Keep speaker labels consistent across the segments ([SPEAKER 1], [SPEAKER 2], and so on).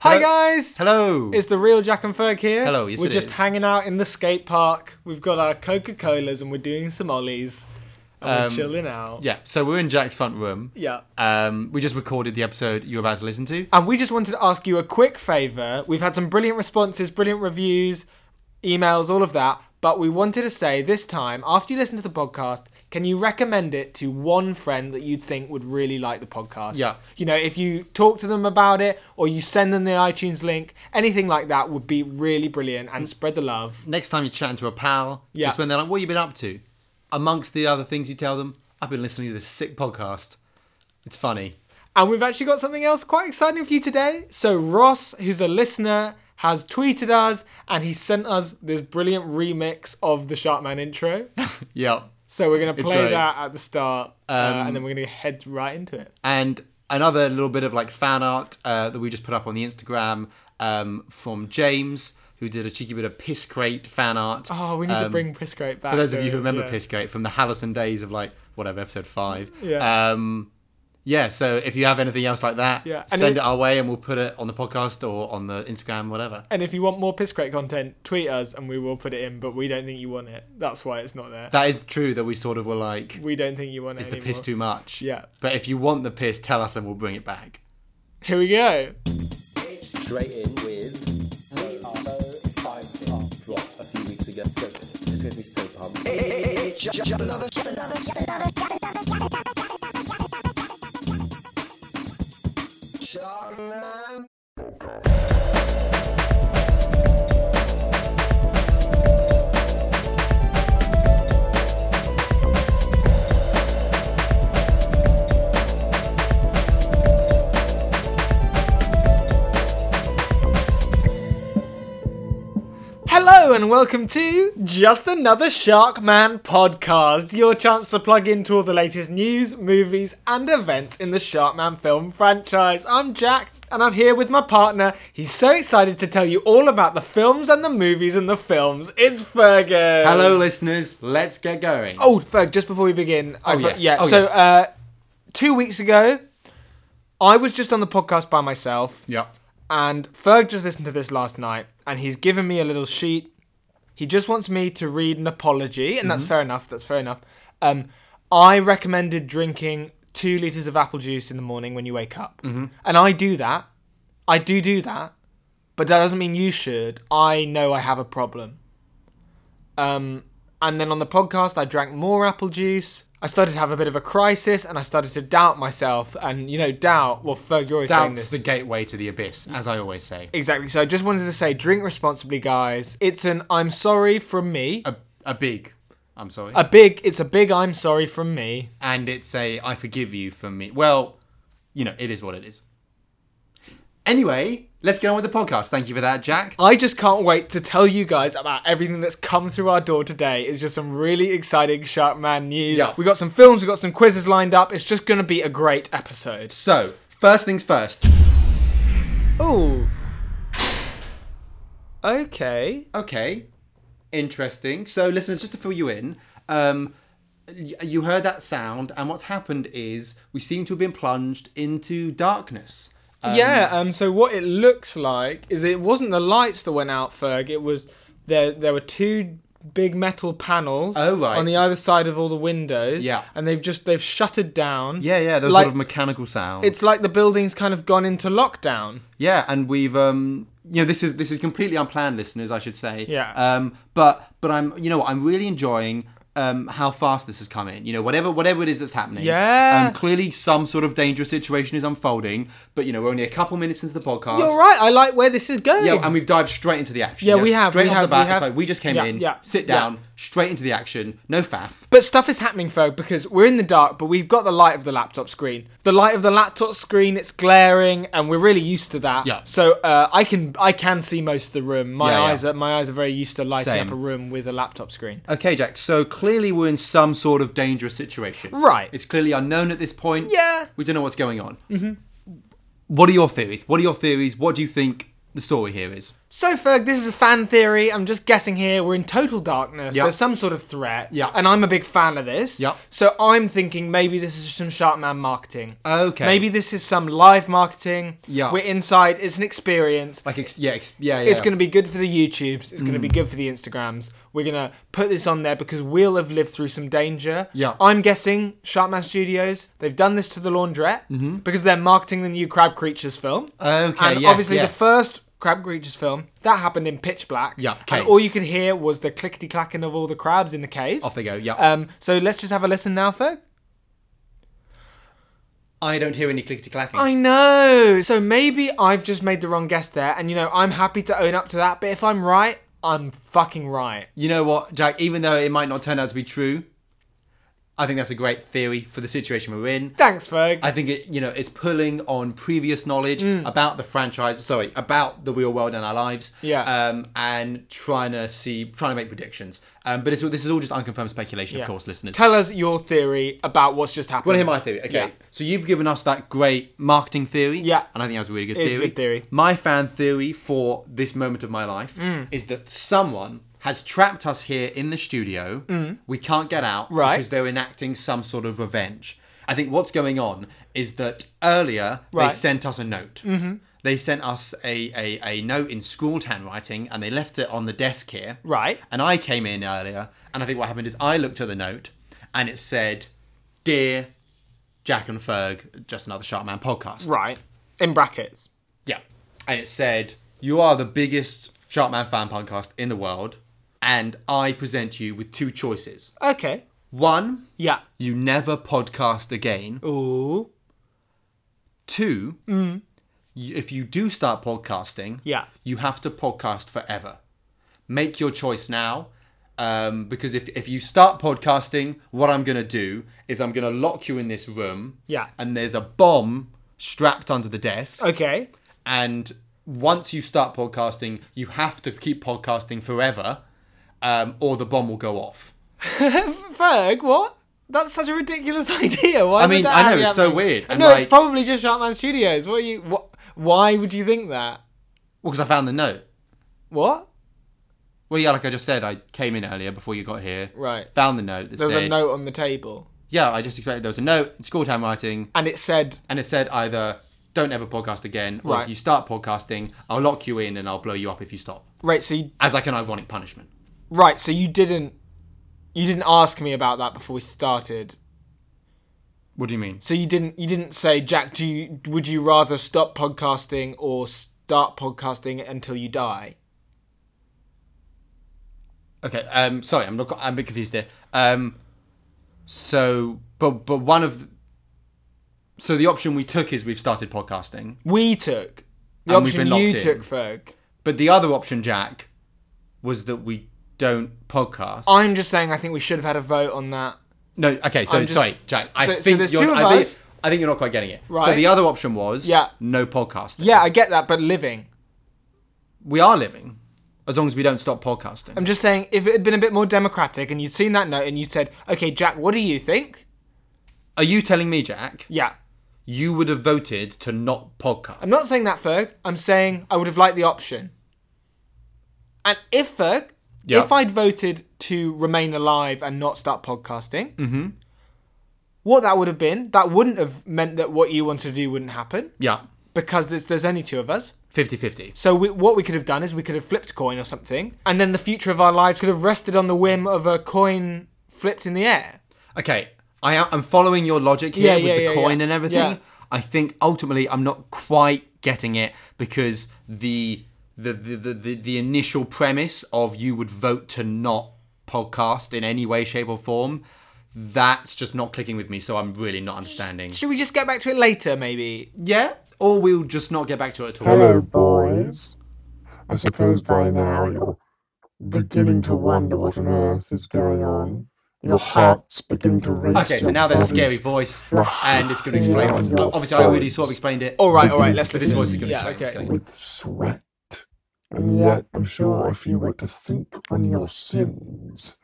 [SPEAKER 1] Hi
[SPEAKER 2] Hello-
[SPEAKER 1] guys!
[SPEAKER 2] Hello.
[SPEAKER 1] It's the real Jack and Ferg here.
[SPEAKER 2] Hello, yes
[SPEAKER 1] We're
[SPEAKER 2] it
[SPEAKER 1] just
[SPEAKER 2] is.
[SPEAKER 1] hanging out in the skate park. We've got our Coca Colas and we're doing some ollies. And we're
[SPEAKER 2] Um,
[SPEAKER 1] chilling out.
[SPEAKER 2] yeah, so we're in Jack's front room.
[SPEAKER 1] Yeah.
[SPEAKER 2] Um, we just recorded the episode you're about to listen to.
[SPEAKER 1] And we just wanted to ask you a quick favour. We've had some brilliant responses, brilliant reviews, emails, all of that. But we wanted to say this time, after you listen to the podcast, can you recommend it to one friend that you think would really like the podcast?
[SPEAKER 2] Yeah.
[SPEAKER 1] You know, if you talk to them about it or you send them the iTunes link, anything like that would be really brilliant and spread the love.
[SPEAKER 2] Next time you're chatting to a pal,
[SPEAKER 1] Yeah.
[SPEAKER 2] just when they're like, what you been up to? Amongst the other things you tell them, I've been listening to this sick podcast. It's funny.
[SPEAKER 1] And we've actually got something else quite exciting for you today. So, Ross, who's a listener, has tweeted us and he sent us this brilliant remix of the Sharkman intro.
[SPEAKER 2] Yeah.
[SPEAKER 1] So, we're going to
[SPEAKER 2] It's
[SPEAKER 1] play
[SPEAKER 2] great.
[SPEAKER 1] that at the start uh, and then we're going to head right into it.
[SPEAKER 2] And another little bit of like fan art uh, that we just put up on the Instagram um, from James, who did a cheeky bit of Piss Crate fan art.
[SPEAKER 1] Oh, we need to
[SPEAKER 2] Um,
[SPEAKER 1] bring Priscrate back.
[SPEAKER 2] For those of
[SPEAKER 1] to
[SPEAKER 2] you who
[SPEAKER 1] it,
[SPEAKER 2] remember
[SPEAKER 1] yeah.
[SPEAKER 2] Piss Crate from the Hallison days of like whatever episode five,
[SPEAKER 1] Yeah.
[SPEAKER 2] um, yeah. So if you have anything else like that,
[SPEAKER 1] Yeah, and
[SPEAKER 2] send
[SPEAKER 1] it-
[SPEAKER 2] it, our way, and we'll put it on the podcast or on the Instagram, whatever.
[SPEAKER 1] And if you want more Piscrate content, tweet us and we will put it in, but we don't think you want it. That's why it's not there.
[SPEAKER 2] That is true that we sort of were like,
[SPEAKER 1] we don't think you want it
[SPEAKER 2] is the
[SPEAKER 1] anymore.
[SPEAKER 2] piss too much?
[SPEAKER 1] Yeah.
[SPEAKER 2] But if you want the piss, tell us and we'll bring it back.
[SPEAKER 1] Here we go.
[SPEAKER 3] straight in with. We are so excited. Drop a few weeks ago. So it's going to be so pumped.
[SPEAKER 1] Hello and welcome to Just Another Sharkman podcast, your chance to plug into all the latest news, movies, and events in the Sharkman film franchise. I'm Jack and I'm here with my partner. He's so excited to tell you all about the films and the movies and the films. It's Fergus.
[SPEAKER 2] Hello, listeners. Let's get going.
[SPEAKER 1] Oh, Ferg, just before we begin. Oh,
[SPEAKER 2] yes.
[SPEAKER 1] Yeah,
[SPEAKER 2] Oh,
[SPEAKER 1] so
[SPEAKER 2] yes.
[SPEAKER 1] uh, two weeks ago, I was just on the podcast by myself.
[SPEAKER 2] yeah.
[SPEAKER 1] And Ferg just listened to this last night, and he's given me a little sheet. He just wants me to read an apology, and
[SPEAKER 2] Mhm.
[SPEAKER 1] that's fair enough. That's fair enough. Um, I recommended drinking two liters of apple juice in the morning when you wake up,
[SPEAKER 2] Mm-hmm.
[SPEAKER 1] and I do that. I do do that, but that doesn't mean you should. I know I have a problem. Um, and then on the podcast, I drank more apple juice. I started to have a bit of a crisis, and I started to doubt myself. And you know, doubt. Well, Ferg, you're always saying this.
[SPEAKER 2] Doubt's the gateway to the abyss, as I always say.
[SPEAKER 1] Exactly. So I just wanted to say, drink responsibly, guys. It's an I'm sorry from me.
[SPEAKER 2] A, a big. I'm sorry.
[SPEAKER 1] A big. It's a big I'm sorry from me.
[SPEAKER 2] and it's a I forgive you from me. Well, you know, it is what it is. Anyway, let's get on with the podcast. Thank you for that, Jack.
[SPEAKER 1] I just can't wait to tell you guys about everything that's come through our door today. It's just some really exciting Sharkman news.
[SPEAKER 2] Yeah.
[SPEAKER 1] We got some films. We got some quizzes lined up. It's just gonna be a great episode.
[SPEAKER 2] So, first things first.
[SPEAKER 1] Oh. Okay.
[SPEAKER 2] Okay, interesting. So, listeners, just to fill you in, um, y- you heard that sound, and what's happened is we seem to have been plunged into darkness. Um,
[SPEAKER 1] yeah. Um. So what it looks like is it wasn't the lights that went out, Ferg. It was there. There were two big metal panels.
[SPEAKER 2] Oh, right.
[SPEAKER 1] On the other side of all the windows.
[SPEAKER 2] Yeah.
[SPEAKER 1] And they've just they've shuttered down.
[SPEAKER 2] Yeah, yeah, those
[SPEAKER 1] Like-
[SPEAKER 2] sort of mechanical sounds.
[SPEAKER 1] It's like the building's kind of gone into lockdown.
[SPEAKER 2] Yeah, and we've um you know this is this is completely unplanned, listeners, I should say.
[SPEAKER 1] Yeah.
[SPEAKER 2] Um, but but I'm you know what, I'm really enjoying um how fast this has come in. You know whatever whatever it is that's happening.
[SPEAKER 1] Yeah.
[SPEAKER 2] Um, clearly some sort of dangerous situation is unfolding, but you know we're only a couple minutes into the podcast.
[SPEAKER 1] You're right. I like where this is going.
[SPEAKER 2] Yeah, and we've dived straight into the action.
[SPEAKER 1] Yeah,
[SPEAKER 2] you know,
[SPEAKER 1] we have,
[SPEAKER 2] Straight
[SPEAKER 1] we
[SPEAKER 2] off
[SPEAKER 1] have,
[SPEAKER 2] the bat,
[SPEAKER 1] we have.
[SPEAKER 2] it's like we just came
[SPEAKER 1] Yeah,
[SPEAKER 2] in,
[SPEAKER 1] yeah,
[SPEAKER 2] sit
[SPEAKER 1] yeah.
[SPEAKER 2] down, straight into the action, no faff.
[SPEAKER 1] But stuff is happening, Ferg, because we're in the dark, but we've got the light of the laptop screen. The light of the laptop screen, it's glaring, and we're really used to that.
[SPEAKER 2] Yeah.
[SPEAKER 1] So uh, I can I can see most of the room. My
[SPEAKER 2] Yeah, yeah.
[SPEAKER 1] eyes are my eyes are very used to lighting
[SPEAKER 2] Same.
[SPEAKER 1] up a room with a laptop screen.
[SPEAKER 2] Okay, Jack. So clearly we're in some sort of dangerous situation.
[SPEAKER 1] Right.
[SPEAKER 2] It's clearly unknown at this point.
[SPEAKER 1] Yeah.
[SPEAKER 2] We don't know what's going on. Mm-hmm. What are your theories? What are your theories? What do you think the story here is?
[SPEAKER 1] So, Ferg, this is a fan theory. I'm just guessing here. We're in total darkness.
[SPEAKER 2] Yeah.
[SPEAKER 1] There's some sort of threat.
[SPEAKER 2] Yeah.
[SPEAKER 1] And I'm a big fan of this.
[SPEAKER 2] Yeah.
[SPEAKER 1] So I'm thinking maybe this is some Sharp Man marketing.
[SPEAKER 2] Okay.
[SPEAKER 1] Maybe this is some live marketing.
[SPEAKER 2] Yeah.
[SPEAKER 1] We're inside. It's an experience.
[SPEAKER 2] Like, ex- yeah, ex- yeah, yeah. Mm.
[SPEAKER 1] It's going to be good for the YouTubes. It's going to be good for the Instagrams. We're going to put this on there because we'll have lived through some danger.
[SPEAKER 2] Yeah.
[SPEAKER 1] I'm guessing Sharkman Studios, they've done this to The Laundrette because they're marketing the new Crab Creatures film.
[SPEAKER 2] Mm-hmm. Okay,
[SPEAKER 1] And
[SPEAKER 2] yeah,
[SPEAKER 1] obviously,
[SPEAKER 2] yeah.
[SPEAKER 1] the first Crab Creatures film, that happened in pitch black.
[SPEAKER 2] Yeah,
[SPEAKER 1] And
[SPEAKER 2] caves.
[SPEAKER 1] all you could hear was the clickety clacking of all the crabs in the caves.
[SPEAKER 2] Off they go, yeah.
[SPEAKER 1] Um, so let's just have a listen now, Ferg.
[SPEAKER 2] I don't hear any clickety clacking.
[SPEAKER 1] I know. So maybe I've just made the wrong guess there, and you know I'm happy to own up to that. But if I'm right, I'm fucking right.
[SPEAKER 2] You know what, Jack? Even though it might not turn out to be true, I think that's a great theory for the situation we're in.
[SPEAKER 1] Thanks, Ferg.
[SPEAKER 2] I think it, you know, it's pulling on previous knowledge
[SPEAKER 1] Mm.
[SPEAKER 2] about the franchise. Sorry, about the real world and our lives.
[SPEAKER 1] Yeah.
[SPEAKER 2] Um, and trying to see, trying to make predictions. Um, but it's all this is all just unconfirmed speculation,
[SPEAKER 1] Yeah.
[SPEAKER 2] of course, listeners.
[SPEAKER 1] Tell us your theory about what's just happened.
[SPEAKER 2] Want to hear my theory? Okay.
[SPEAKER 1] Yeah.
[SPEAKER 2] So you've given us that great marketing theory.
[SPEAKER 1] Yeah.
[SPEAKER 2] And I think that was a really good
[SPEAKER 1] It is a
[SPEAKER 2] theory.
[SPEAKER 1] good theory.
[SPEAKER 2] My fan theory for this moment of my life
[SPEAKER 1] Mm.
[SPEAKER 2] is that someone has trapped us here in the studio. We can't get out
[SPEAKER 1] Mm. Right.
[SPEAKER 2] because they're enacting some sort of revenge. I think what's going on is that earlier
[SPEAKER 1] Right. Mm-hmm.
[SPEAKER 2] they sent us a note. They sent us a, a, a note in scrawled handwriting and they left it on the desk here.
[SPEAKER 1] Right.
[SPEAKER 2] And I came in earlier, and I think what happened is I looked at the note, and it said, "Dear Jack and Ferg, just another Sharkman podcast."
[SPEAKER 1] Right. In brackets.
[SPEAKER 2] Yeah. And it said, "You are the biggest Sharkman fan podcast in the world, and I present you with two choices.
[SPEAKER 1] Okay.
[SPEAKER 2] One,
[SPEAKER 1] Yeah.
[SPEAKER 2] you never podcast again.
[SPEAKER 1] Ooh. Mm.
[SPEAKER 2] Two, y- if you do start podcasting,
[SPEAKER 1] Yeah.
[SPEAKER 2] you have to podcast forever. Make your choice now. Um, because if, if you start podcasting, what I'm going to do is I'm going to lock you in this room.
[SPEAKER 1] Yeah. Oh.
[SPEAKER 2] And there's a bomb strapped under the desk.
[SPEAKER 1] Okay.
[SPEAKER 2] And once you start podcasting, you have to keep podcasting forever um, or the bomb will go off.
[SPEAKER 1] Ferg, what? That's such a ridiculous idea. Why?
[SPEAKER 2] I
[SPEAKER 1] would
[SPEAKER 2] mean,
[SPEAKER 1] that
[SPEAKER 2] I know,
[SPEAKER 1] have you
[SPEAKER 2] it's so
[SPEAKER 1] happening?
[SPEAKER 2] weird, and
[SPEAKER 1] No,
[SPEAKER 2] like-
[SPEAKER 1] it's probably just Sharkman Studios. What are you? What? Why would you think that?
[SPEAKER 2] Well, because I found the note.
[SPEAKER 1] What?
[SPEAKER 2] Well, yeah, like I just said, I came in earlier before you got here.
[SPEAKER 1] Right.
[SPEAKER 2] Found the note that
[SPEAKER 1] There was
[SPEAKER 2] said,
[SPEAKER 1] a note on the table,
[SPEAKER 2] yeah, I just expected there was a note in school handwriting.
[SPEAKER 1] and it said,
[SPEAKER 2] and it said either don't ever podcast again or
[SPEAKER 1] Right.
[SPEAKER 2] if you start podcasting i'll lock you in and i'll blow you up if you stop
[SPEAKER 1] "Right, so you,
[SPEAKER 2] as like an ironic punishment
[SPEAKER 1] right, so you didn't, you didn't ask me about that before we started.
[SPEAKER 2] what do you mean
[SPEAKER 1] So you didn't, you didn't say, Jack, do you, would you rather stop podcasting or start podcasting until you die?
[SPEAKER 2] okay um sorry i'm not i'm a bit confused here um so but but one of the, so the option we took is we've started podcasting
[SPEAKER 1] We took the
[SPEAKER 2] And we've
[SPEAKER 1] option
[SPEAKER 2] been
[SPEAKER 1] you
[SPEAKER 2] locked in.
[SPEAKER 1] took, Ferg.
[SPEAKER 2] but the other option jack was that we don't podcast
[SPEAKER 1] I'm just saying, I think we should have had a vote on that.
[SPEAKER 2] no okay so
[SPEAKER 1] I'm just-
[SPEAKER 2] sorry jack i
[SPEAKER 1] so- so
[SPEAKER 2] think
[SPEAKER 1] there's
[SPEAKER 2] you're
[SPEAKER 1] two of
[SPEAKER 2] I,
[SPEAKER 1] us.
[SPEAKER 2] think, I think you're not quite getting it so
[SPEAKER 1] Right.
[SPEAKER 2] the other option was
[SPEAKER 1] Yeah.
[SPEAKER 2] no podcasting
[SPEAKER 1] Yeah, I get that, but living.
[SPEAKER 2] we are living as long as we don't stop podcasting
[SPEAKER 1] I'm just saying, if it had been a bit more democratic, and you'd seen that note, and you said, okay, Jack, what do you think?
[SPEAKER 2] Are you telling me, Jack,
[SPEAKER 1] Yeah.
[SPEAKER 2] you would have voted to not podcast?
[SPEAKER 1] I'm not saying that, Ferg. I'm saying I would have liked the option. And if Ferg,
[SPEAKER 2] Yeah.
[SPEAKER 1] if I'd voted to remain alive and not start podcasting,
[SPEAKER 2] Mm-hmm.
[SPEAKER 1] what that would have been, that wouldn't have meant that what you wanted to do wouldn't happen
[SPEAKER 2] Yeah.
[SPEAKER 1] because there's, there's only two of us.
[SPEAKER 2] 50 50.
[SPEAKER 1] So we, what we could have done is we could have flipped coin or something, and then the future of our lives could have rested on the whim of a coin flipped in the air.
[SPEAKER 2] Okay, I am, I'm following your logic here
[SPEAKER 1] Yeah,
[SPEAKER 2] with
[SPEAKER 1] yeah,
[SPEAKER 2] the
[SPEAKER 1] yeah,
[SPEAKER 2] coin
[SPEAKER 1] yeah.
[SPEAKER 2] and everything.
[SPEAKER 1] Yeah.
[SPEAKER 2] I think ultimately I'm not quite getting it because the the, the, the, the the initial premise of you would vote to not podcast in any way, shape, or form, that's just not clicking with me, so I'm really not understanding.
[SPEAKER 1] Should we just get back to it later, maybe?
[SPEAKER 2] Yeah? Or we'll just not get back to it at all.
[SPEAKER 4] Hello, boys. I suppose by now you're beginning to wonder what on earth is going on. Your hearts begin to race.
[SPEAKER 2] Okay, so
[SPEAKER 4] your
[SPEAKER 2] now there's a
[SPEAKER 4] bodies
[SPEAKER 2] scary voice, and it's going to explain.
[SPEAKER 4] Yeah,
[SPEAKER 2] it.
[SPEAKER 4] yeah.
[SPEAKER 2] Obviously, I already sort of explained it.
[SPEAKER 1] All right, all right. Let's
[SPEAKER 2] But
[SPEAKER 1] listen.
[SPEAKER 2] this voice is going to
[SPEAKER 1] yeah,
[SPEAKER 2] explain. what's
[SPEAKER 1] okay.
[SPEAKER 2] going on.
[SPEAKER 4] With sweat. And yet, I'm sure if you were to think on your sins,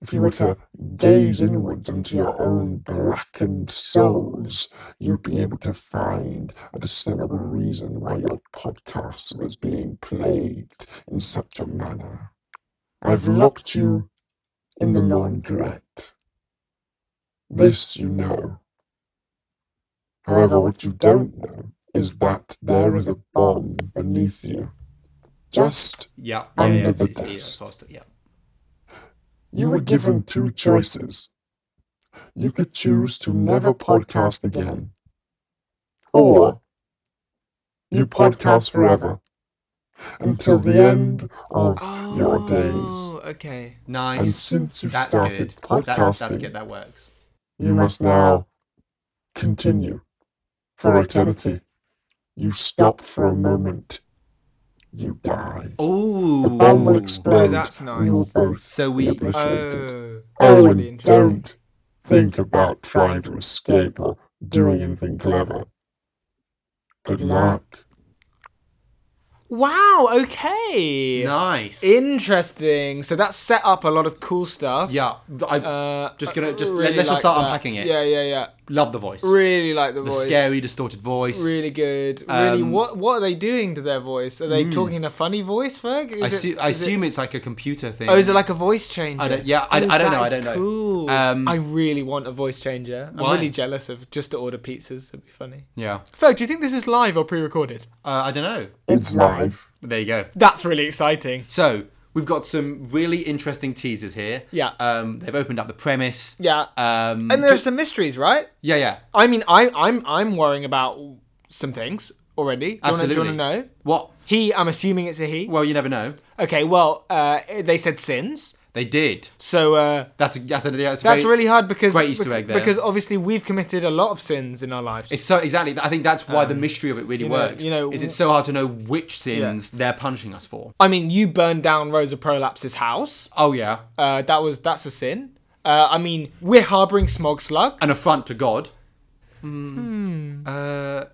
[SPEAKER 4] If you were to gaze inwards into your own blackened souls, you'd be able to find a discernible reason why your podcast was being plagued in such a manner. I've locked you in the non-correct. This you know. However, what you don't know is that there is a bomb beneath you. Just
[SPEAKER 2] Yeah, yeah,
[SPEAKER 4] Under
[SPEAKER 2] yeah, it's,
[SPEAKER 4] the
[SPEAKER 2] it's, it's,
[SPEAKER 4] desk.
[SPEAKER 2] it's, yeah.
[SPEAKER 4] You were given two choices. You could choose to never podcast again, or you podcast forever until the end of your days.
[SPEAKER 1] Oh, okay.
[SPEAKER 4] And
[SPEAKER 2] Nice.
[SPEAKER 4] since you've
[SPEAKER 2] That's
[SPEAKER 4] started
[SPEAKER 2] good. That's, that's
[SPEAKER 4] podcasting,
[SPEAKER 2] good. That works.
[SPEAKER 4] you must now continue for eternity. You stop for a moment, you die.
[SPEAKER 2] Oh,
[SPEAKER 4] The bomb will explode.
[SPEAKER 1] that's
[SPEAKER 4] We will
[SPEAKER 1] nice.
[SPEAKER 4] both
[SPEAKER 2] So
[SPEAKER 4] be
[SPEAKER 2] we
[SPEAKER 4] obliterated.
[SPEAKER 1] Oh,
[SPEAKER 4] Oh,
[SPEAKER 1] really
[SPEAKER 4] and don't think about trying to escape or doing anything clever. Good luck.
[SPEAKER 1] Wow. Okay.
[SPEAKER 2] nice.
[SPEAKER 1] Interesting. So that set up a lot of cool stuff.
[SPEAKER 2] yeah, I
[SPEAKER 1] Uh,
[SPEAKER 2] Just
[SPEAKER 1] I
[SPEAKER 2] gonna- just-
[SPEAKER 1] really
[SPEAKER 2] let's just
[SPEAKER 1] like
[SPEAKER 2] start
[SPEAKER 1] that.
[SPEAKER 2] unpacking it.
[SPEAKER 1] Yeah, yeah, yeah.
[SPEAKER 2] love the voice.
[SPEAKER 1] Really like the,
[SPEAKER 2] the
[SPEAKER 1] voice.
[SPEAKER 2] scary, distorted voice.
[SPEAKER 1] Really good. really,
[SPEAKER 2] Um, Hmm.
[SPEAKER 1] what what are they doing to their voice? Are they talking in a funny voice, Ferg? Is
[SPEAKER 2] I,
[SPEAKER 1] it-
[SPEAKER 2] assu- I
[SPEAKER 1] is it-
[SPEAKER 2] assume it's like a computer thing.
[SPEAKER 1] Oh, is it like a voice changer?
[SPEAKER 2] I don't- yeah, I-
[SPEAKER 1] Oh,
[SPEAKER 2] I don't
[SPEAKER 1] that
[SPEAKER 2] know, I
[SPEAKER 1] is
[SPEAKER 2] don't know.
[SPEAKER 1] Cool.
[SPEAKER 2] Um,
[SPEAKER 1] I really want a voice changer. I'm
[SPEAKER 2] Why?
[SPEAKER 1] really jealous of just to order pizzas. It'd be funny.
[SPEAKER 2] yeah.
[SPEAKER 1] Ferg, do you think this is live or pre-recorded?
[SPEAKER 2] Uh, I don't know.
[SPEAKER 4] It's live.
[SPEAKER 2] There you go.
[SPEAKER 1] That's really exciting.
[SPEAKER 2] So we've got some really interesting teasers here.
[SPEAKER 1] Yeah.
[SPEAKER 2] Um, they've opened up the premise.
[SPEAKER 1] Yeah.
[SPEAKER 2] Um,
[SPEAKER 1] and there's
[SPEAKER 2] ju-
[SPEAKER 1] some mysteries, right?
[SPEAKER 2] yeah, yeah.
[SPEAKER 1] I mean, I, I'm I'm worrying about some things already. Do you wanna- do you
[SPEAKER 2] Absolutely.
[SPEAKER 1] want to know?
[SPEAKER 2] What?
[SPEAKER 1] He, I'm assuming it's a he.
[SPEAKER 2] Well, you never know.
[SPEAKER 1] Okay, well, uh, they said sins,
[SPEAKER 2] They did.
[SPEAKER 1] so uh,
[SPEAKER 2] That's a, that's a, that's,
[SPEAKER 1] that's
[SPEAKER 2] a very-
[SPEAKER 1] really hard because
[SPEAKER 2] great Easter
[SPEAKER 1] bec-
[SPEAKER 2] egg there.
[SPEAKER 1] because obviously we've committed a lot of sins in our lives.
[SPEAKER 2] It's so exactly. I think that's why the mystery of it really
[SPEAKER 1] know-
[SPEAKER 2] works.
[SPEAKER 1] Um, you know,
[SPEAKER 2] is it's so hard to know which sins they're punishing us for.
[SPEAKER 1] I mean, you burned down Rosa Prolapse's house.
[SPEAKER 2] Oh yeah,
[SPEAKER 1] Uh, that was that's a sin. Uh, I mean, we're harboring Smog Slug.
[SPEAKER 2] an affront to God. Hmm. Uh,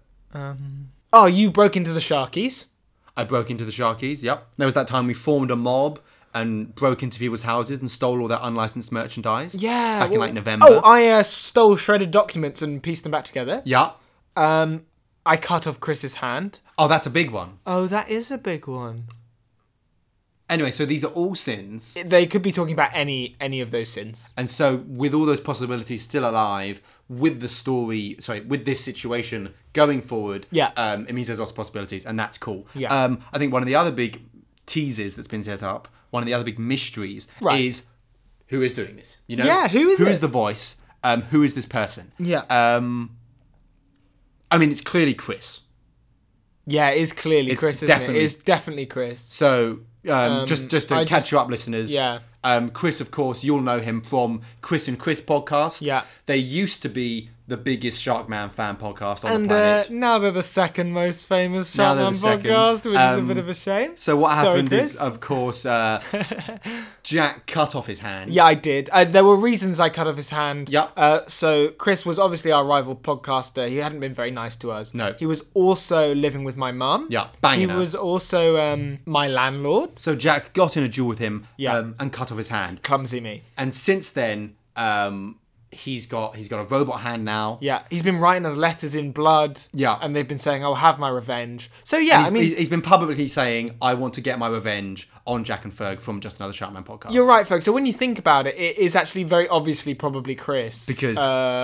[SPEAKER 1] Oh, you broke into the Sharkies.
[SPEAKER 2] I broke into the Sharkies. Yep. There was that time we formed a mob and broke into people's houses and stole all their unlicensed merchandise.
[SPEAKER 1] Yeah,
[SPEAKER 2] Back in
[SPEAKER 1] well-
[SPEAKER 2] like November.
[SPEAKER 1] Oh, I uh, stole shredded documents and pieced them back together.
[SPEAKER 2] yeah.
[SPEAKER 1] Um, I cut off Chris's hand.
[SPEAKER 2] Oh, that's a big one.
[SPEAKER 1] Oh, that is a big one.
[SPEAKER 2] Anyway, so these are all sins.
[SPEAKER 1] They could be talking about any any of those sins.
[SPEAKER 2] And so, with all those possibilities still alive, with the story, sorry, with this situation going forward,
[SPEAKER 1] Yeah.
[SPEAKER 2] um, it means there's lots of possibilities, and that's cool.
[SPEAKER 1] Yeah.
[SPEAKER 2] Um, I think one of the other big teases that's been set up, one of the other big mysteries,
[SPEAKER 1] Right.
[SPEAKER 2] is who is doing this? You know,
[SPEAKER 1] Yeah, who is
[SPEAKER 2] who
[SPEAKER 1] it?
[SPEAKER 2] is the voice? Um, who is this person?
[SPEAKER 1] Yeah.
[SPEAKER 2] Um, I mean, it's clearly Chris.
[SPEAKER 1] Yeah, it is clearly
[SPEAKER 2] It's
[SPEAKER 1] Chris, isn't
[SPEAKER 2] definitely-
[SPEAKER 1] it? It's definitely Chris.
[SPEAKER 2] So um, just just to
[SPEAKER 1] I
[SPEAKER 2] catch
[SPEAKER 1] just-
[SPEAKER 2] you up, listeners.
[SPEAKER 1] Yeah.
[SPEAKER 2] Um, Chris, of course, you'll know him from Chris and Chris podcast.
[SPEAKER 1] Yeah.
[SPEAKER 2] They used to be the biggest Sharkman fan podcast on the
[SPEAKER 1] And uh,
[SPEAKER 2] planet.
[SPEAKER 1] now they're the second most famous
[SPEAKER 2] Now they're
[SPEAKER 1] Shaman
[SPEAKER 2] the second.
[SPEAKER 1] podcast, which is a
[SPEAKER 2] Um,
[SPEAKER 1] bit of a shame.
[SPEAKER 2] so what
[SPEAKER 1] Sorry,
[SPEAKER 2] happened
[SPEAKER 1] Chris.
[SPEAKER 2] is, of course, uh, Jack cut off his hand.
[SPEAKER 1] yeah, I did. Uh, there were reasons I cut off his hand.
[SPEAKER 2] Yep.
[SPEAKER 1] Uh, so Chris was obviously our rival podcaster. He hadn't been very nice to us.
[SPEAKER 2] No.
[SPEAKER 1] He was also living with my mum.
[SPEAKER 2] Yeah, banging
[SPEAKER 1] He
[SPEAKER 2] her.
[SPEAKER 1] was also um, my landlord.
[SPEAKER 2] So Jack got in a duel with him
[SPEAKER 1] Yeah.
[SPEAKER 2] um, and cut off his hand.
[SPEAKER 1] Clumsy me.
[SPEAKER 2] And since then, um, he's got he's got a robot hand now.
[SPEAKER 1] Yeah, he's been writing us letters in blood.
[SPEAKER 2] Yeah.
[SPEAKER 1] And they've been saying, "I'll have my revenge." So yeah, I
[SPEAKER 2] He's-
[SPEAKER 1] mean,
[SPEAKER 2] he's- he's been publicly saying, "I want to get my revenge on Jack and Ferg from just another Sharkman podcast."
[SPEAKER 1] You're right, folks. So when you think about it, it is actually very obviously probably Chris Uh,
[SPEAKER 2] Because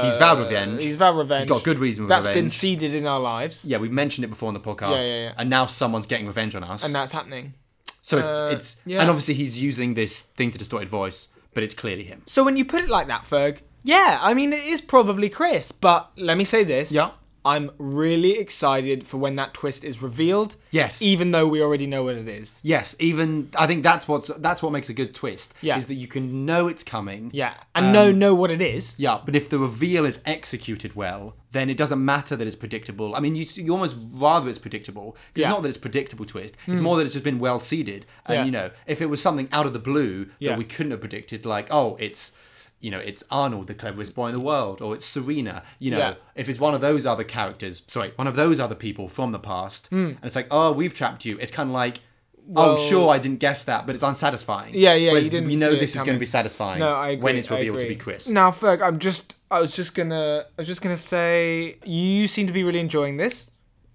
[SPEAKER 2] he's vowed revenge.
[SPEAKER 1] He's vowed revenge.
[SPEAKER 2] He's got a good reason for
[SPEAKER 1] That's been
[SPEAKER 2] revenge.
[SPEAKER 1] seeded in our lives,
[SPEAKER 2] Yeah, we mentioned it before on the podcast,
[SPEAKER 1] Yeah, yeah, yeah.
[SPEAKER 2] and now someone's getting revenge on us.
[SPEAKER 1] and that's happening.
[SPEAKER 2] so it's,
[SPEAKER 1] uh,
[SPEAKER 2] it's
[SPEAKER 1] yeah.
[SPEAKER 2] and obviously he's using this thing to distorted voice, but it's clearly him.
[SPEAKER 1] So when you put it like that, Ferg, yeah, I mean it is probably Chris. But let me say this.
[SPEAKER 2] Yeah.
[SPEAKER 1] I'm really excited for when that twist is revealed.
[SPEAKER 2] Yes.
[SPEAKER 1] Even though we already know what it is.
[SPEAKER 2] Yes, even I think that's what's that's what makes a good twist.
[SPEAKER 1] Yeah.
[SPEAKER 2] is that you can know it's coming.
[SPEAKER 1] Yeah. And no,
[SPEAKER 2] Um,
[SPEAKER 1] know what it is.
[SPEAKER 2] Yeah, but if the reveal is executed well, then it doesn't matter that it's predictable. I mean, you, you almost rather it's predictable. 'cause
[SPEAKER 1] Yeah. Hmm.
[SPEAKER 2] It's not that it's predictable twist. It's more that it's just been well seeded. And
[SPEAKER 1] Yeah.
[SPEAKER 2] you know, if it was something out of the blue
[SPEAKER 1] Yeah.
[SPEAKER 2] that we couldn't have predicted, like oh, it's you know, it's Arnold, the cleverest boy in the world, or it's Serena. You know,
[SPEAKER 1] Yeah.
[SPEAKER 2] if it's one of those other characters, sorry, one of those other people from the past, and it's like oh, we've trapped you. It's kind of like oh,
[SPEAKER 1] Hmm. Well-
[SPEAKER 2] sure, I didn't guess that, but it's unsatisfying.
[SPEAKER 1] Yeah, yeah,
[SPEAKER 2] Whereas
[SPEAKER 1] you didn't
[SPEAKER 2] We know
[SPEAKER 1] see it
[SPEAKER 2] this is going to
[SPEAKER 1] coming.
[SPEAKER 2] be satisfying
[SPEAKER 1] No, I agree.
[SPEAKER 2] when it's
[SPEAKER 1] I
[SPEAKER 2] revealed to
[SPEAKER 1] agree.
[SPEAKER 2] be Chris.
[SPEAKER 1] Now, Ferg, I'm just. I was just gonna. I was just gonna say you seem to be really enjoying this,